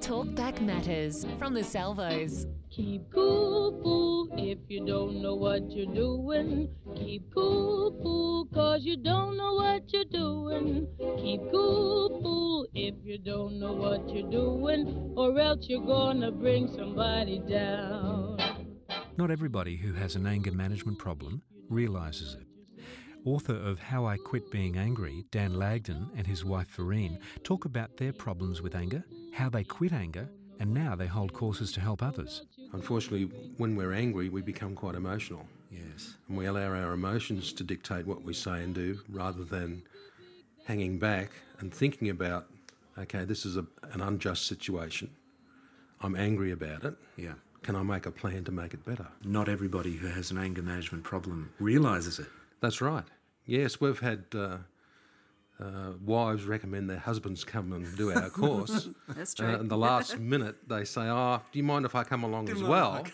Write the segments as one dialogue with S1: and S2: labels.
S1: Talk Back Matters from the Salvos.
S2: Keep cool, fool, if you don't know what you're doing. Keep cool, fool, cause you don't know what you're doing. Keep cool, fool, if you don't know what you're doing, or else you're gonna bring somebody down.
S3: Not everybody who has an anger management problem realises it. Author of How I Quit Being Angry, Dan Lagden and his wife Farine talk about their problems with anger, how they quit anger, and now they hold courses to help others.
S4: Unfortunately, when we're angry, we become quite emotional.
S3: Yes.
S4: And we allow our emotions to dictate what we say and do rather than hanging back and thinking about, okay, this is a, an unjust situation. I'm angry about it.
S3: Yeah.
S4: Can I make a plan to make it better?
S3: Not everybody who has an anger management problem realises it.
S4: That's right. Yes, we've had uh, uh, wives recommend their husbands come and do our course.
S5: That's true.
S4: Uh, and the last minute they say, "Oh, do you mind if I come along as well?"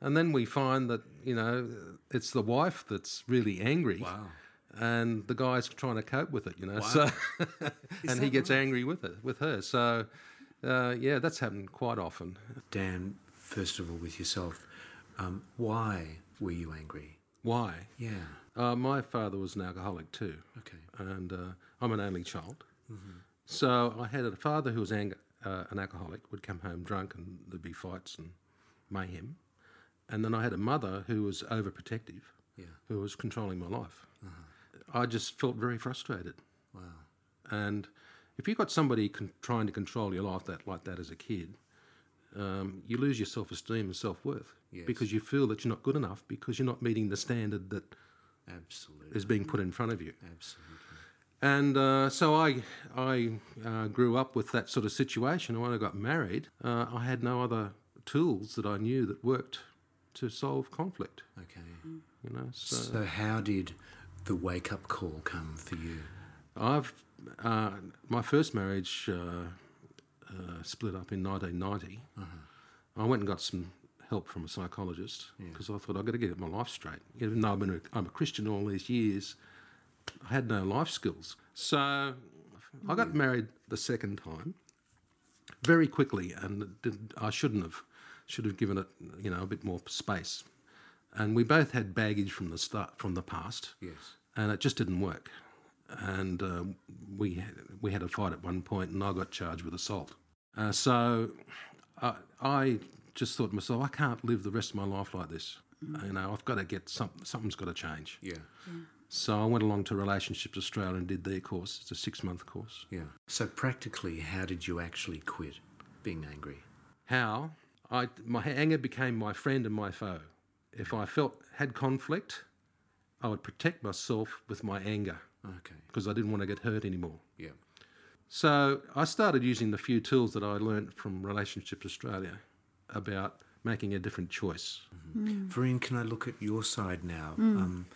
S4: And then we find that you know it's the wife that's really angry,
S3: Wow.
S4: and the guy's trying to cope with it. You know, so and he gets angry with it with her. So uh, yeah, that's happened quite often.
S6: Dan, first of all, with yourself, um, why were you angry?
S4: Why?
S6: Yeah.
S4: Uh, my father was an alcoholic too.
S6: Okay. Mm-hmm.
S4: And uh, I'm an only child. So I had a father who was ang- uh, an alcoholic, would come home drunk and there'd be fights and mayhem. And then I had a mother who was overprotective,
S6: Yeah. Uh-huh.
S4: who was controlling my life. I just felt very frustrated.
S6: Wow.
S4: And if you've got somebody con- trying to control your life that like that as a kid, um, you lose your self esteem and self worth
S6: Yes.
S4: because you feel that you're not good enough because you're not meeting the standard that
S6: Absolutely.
S4: is being put in front of you.
S6: Absolutely.
S4: And uh, so I, I uh, grew up with that sort of situation. And when I got married, uh, I had no other tools that I knew that worked to solve conflict.
S6: Okay.
S4: You know, so,
S6: So, how did the wake up call come for you?
S4: I've uh, my first marriage uh, uh, split up in 1990. I went and got some help from a psychologist because I thought I've got to get my life straight. Even though I've been a, I'm a Christian all these years, I had no life skills. So I got married the second time very quickly, and it didn't, I shouldn't have. Should have given it, you know, a bit more space. And we both had baggage from the start, from the past.
S6: Yes.
S4: And it just didn't work. And um, we had, we had a fight at one point, and I got charged with assault. Uh, so I, I just thought to myself, I can't live the rest of my life like this. You know, I've got to get something. Something's got to change.
S6: Yeah.
S4: So I went along to Relationships Australia and did their course. It's a six month course.
S6: Yeah. So, practically, how did you actually quit being angry?
S4: how I, my anger became my friend and my foe. If I felt had conflict, I would protect myself with my anger
S6: Okay.
S4: because I didn't want to get hurt anymore.
S6: Yeah.
S4: So I started using the few tools that I learnt from Relationships Australia about making a different choice.
S6: Vereen, can I look at your side now? Um,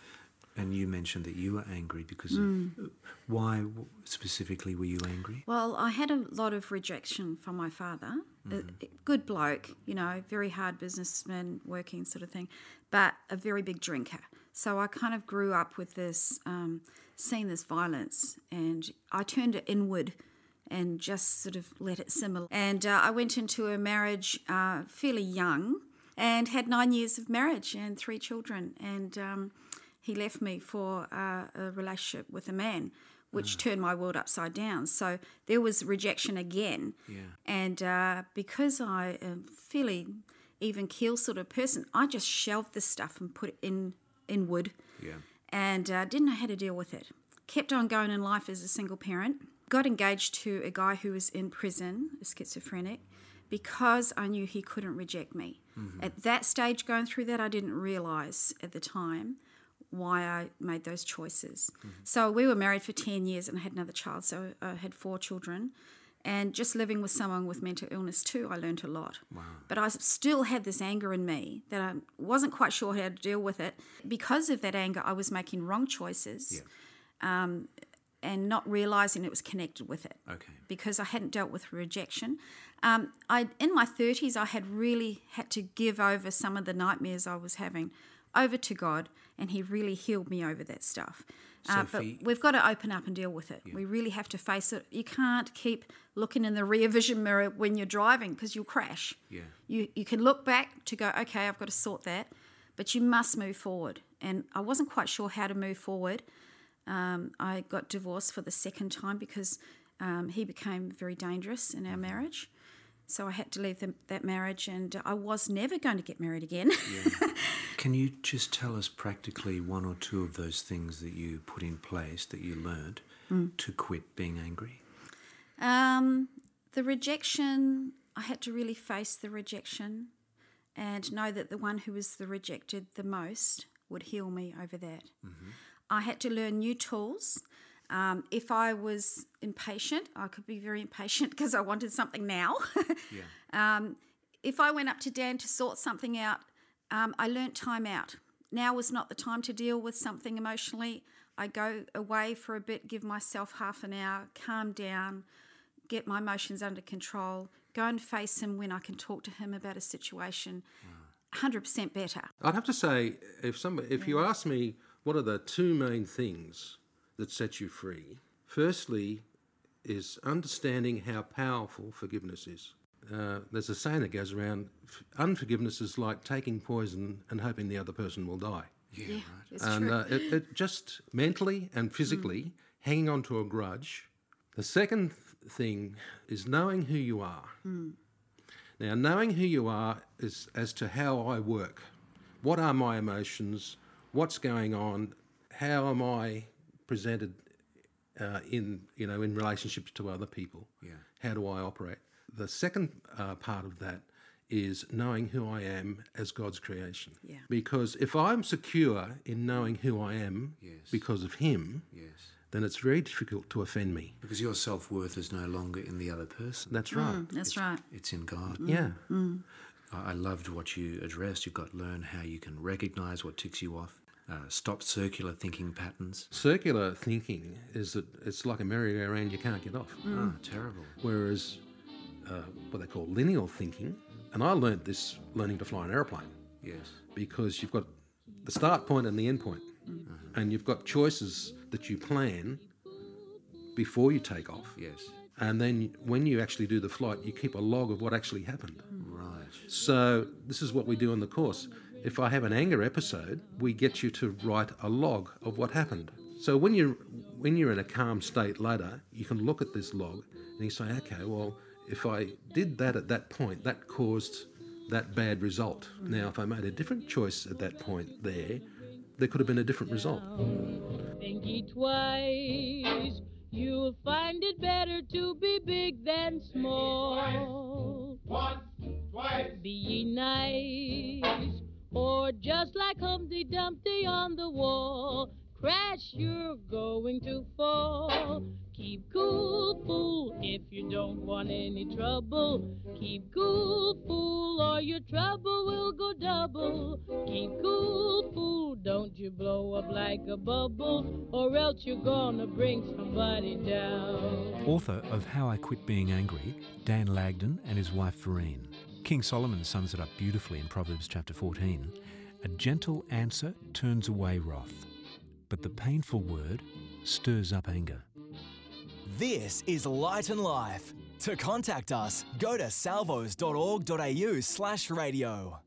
S6: and you mentioned that you were angry because of uh, why w- specifically were you angry?
S5: Well, I had a lot of rejection from my father. A- a good bloke, you know, very hard businessman, working sort of thing, but a very big drinker. So I kind of grew up with this, um, seeing this violence, and I turned it inward and just sort of let it simmer. And uh, I went into a marriage uh, fairly young and had nine years of marriage and three children. And um, he left me for uh, a relationship with a man, which turned my world upside down. So there was rejection again.
S6: Yeah.
S5: And uh, because I am fairly even keel sort of person, I just shelved this stuff and put it in in wood
S6: Yeah.
S5: and uh, didn't know how to deal with it. Kept on going in life as a single parent. Got engaged to a guy who was in prison, a schizophrenic, because I knew he couldn't reject me. At that stage, going through that, I didn't realize at the time why I made those choices. So we were married for 10 years and I had another child, so I had four children. And just living with someone with mental illness too, I learned a lot. Wow. But I still had this anger in me that I wasn't quite sure how to deal with it. Because of that anger, I was making wrong choices um,
S6: Yeah.
S5: and not realizing it was connected with it
S6: Okay.
S5: because I hadn't dealt with rejection. Um, I in my thirties, I had really had to give over some of the nightmares I was having over to God and he really healed me over that stuff. Uh, but
S6: Sophie-
S5: we've got to open up and deal with it. We really have to face it. You can't keep looking in the rear vision mirror when you're driving because you'll crash.
S6: Yeah.
S5: You you can look back to go, okay, I've got to sort that, but you must move forward. And I wasn't quite sure how to move forward. Um, I got divorced for the second time because um, he became very dangerous in our marriage. So I had to leave the, that marriage, and I was never going to get married again.
S6: Can you just tell us practically one or two of those things that you put in place that you learned to quit being angry?
S5: Um, the rejection, I had to really face the rejection and know that the one who was the rejected the most would heal me over that. I had to learn new tools. Um, if I was impatient, I could be very impatient because I wanted something now. if I went up to Dan to sort something out, um, I learnt time out. Now was not the time to deal with something emotionally. I go away for a bit, give myself half an hour, calm down, get my emotions under control, go and face him when I can talk to him about a situation. 100% better.
S4: I'd have to say, if some, if you ask me, what are the two main things that set you free? Firstly, is understanding how powerful forgiveness is. Uh, there's a saying that goes around: "F- unforgiveness is like taking poison and hoping the other person will die.
S5: Yeah, it's
S4: and
S5: true. Mm.
S4: uh, it, it just mentally and physically hanging on to a grudge. The second th- thing is knowing who you are. Now, knowing who you are is as to how I work. What are my emotions? What's going on? How am I presented uh, in you know in relationships to other people? Yeah. How do I operate? The second uh, part of that is knowing who I am as God's creation.
S5: Yeah.
S4: Because if I'm secure in knowing who I am because of Him,
S6: Yes.
S4: then it's very difficult to offend me.
S6: Because your self worth is no longer in the other person,
S4: That's right.
S5: That's right.
S6: it's in God.
S4: Yeah.
S6: I I loved what you addressed. You've got to learn how you can recognize what ticks you off, uh, stop circular thinking patterns.
S4: Circular thinking is that it's like a merry-go-round you can't get off.
S6: Ah, terrible.
S4: whereas uh, what they call lineal thinking, and I learnt this learning to fly an aeroplane
S6: Yes.
S4: because you've got the start point and the end point, and you've got choices that you plan before you take off,
S6: Yes.
S4: and then when you actually do the flight, you keep a log of what actually happened.
S6: Right.
S4: So this is what we do in the course. If I have an anger episode, we get you to write a log of what happened. So when you when you're in a calm state later, you can look at this log and you say, okay, well, if I did that at that point, that caused that bad result. Now, if I made a different choice at that point there, there could have been a different result.
S2: Think ye twice. You'll find it better to be big than small.
S7: Once, twice,
S2: Be ye nice, or just like Humpty Dumpty on the wall. Crash, you're going to fall. Keep cool, fool, if you don't want any trouble. Keep cool, fool, or your trouble will go double. Keep cool, fool, don't you blow up like a bubble, or else you're gonna bring somebody down.
S3: Author of How I Quit Being Angry, Dan Lagden and his wife Vereen. King Solomon sums it up beautifully in Proverbs chapter 14. A gentle answer turns away wrath, but the painful word stirs up anger.
S8: This is Light and Life. To contact us, go to salvos.org.au slash radio.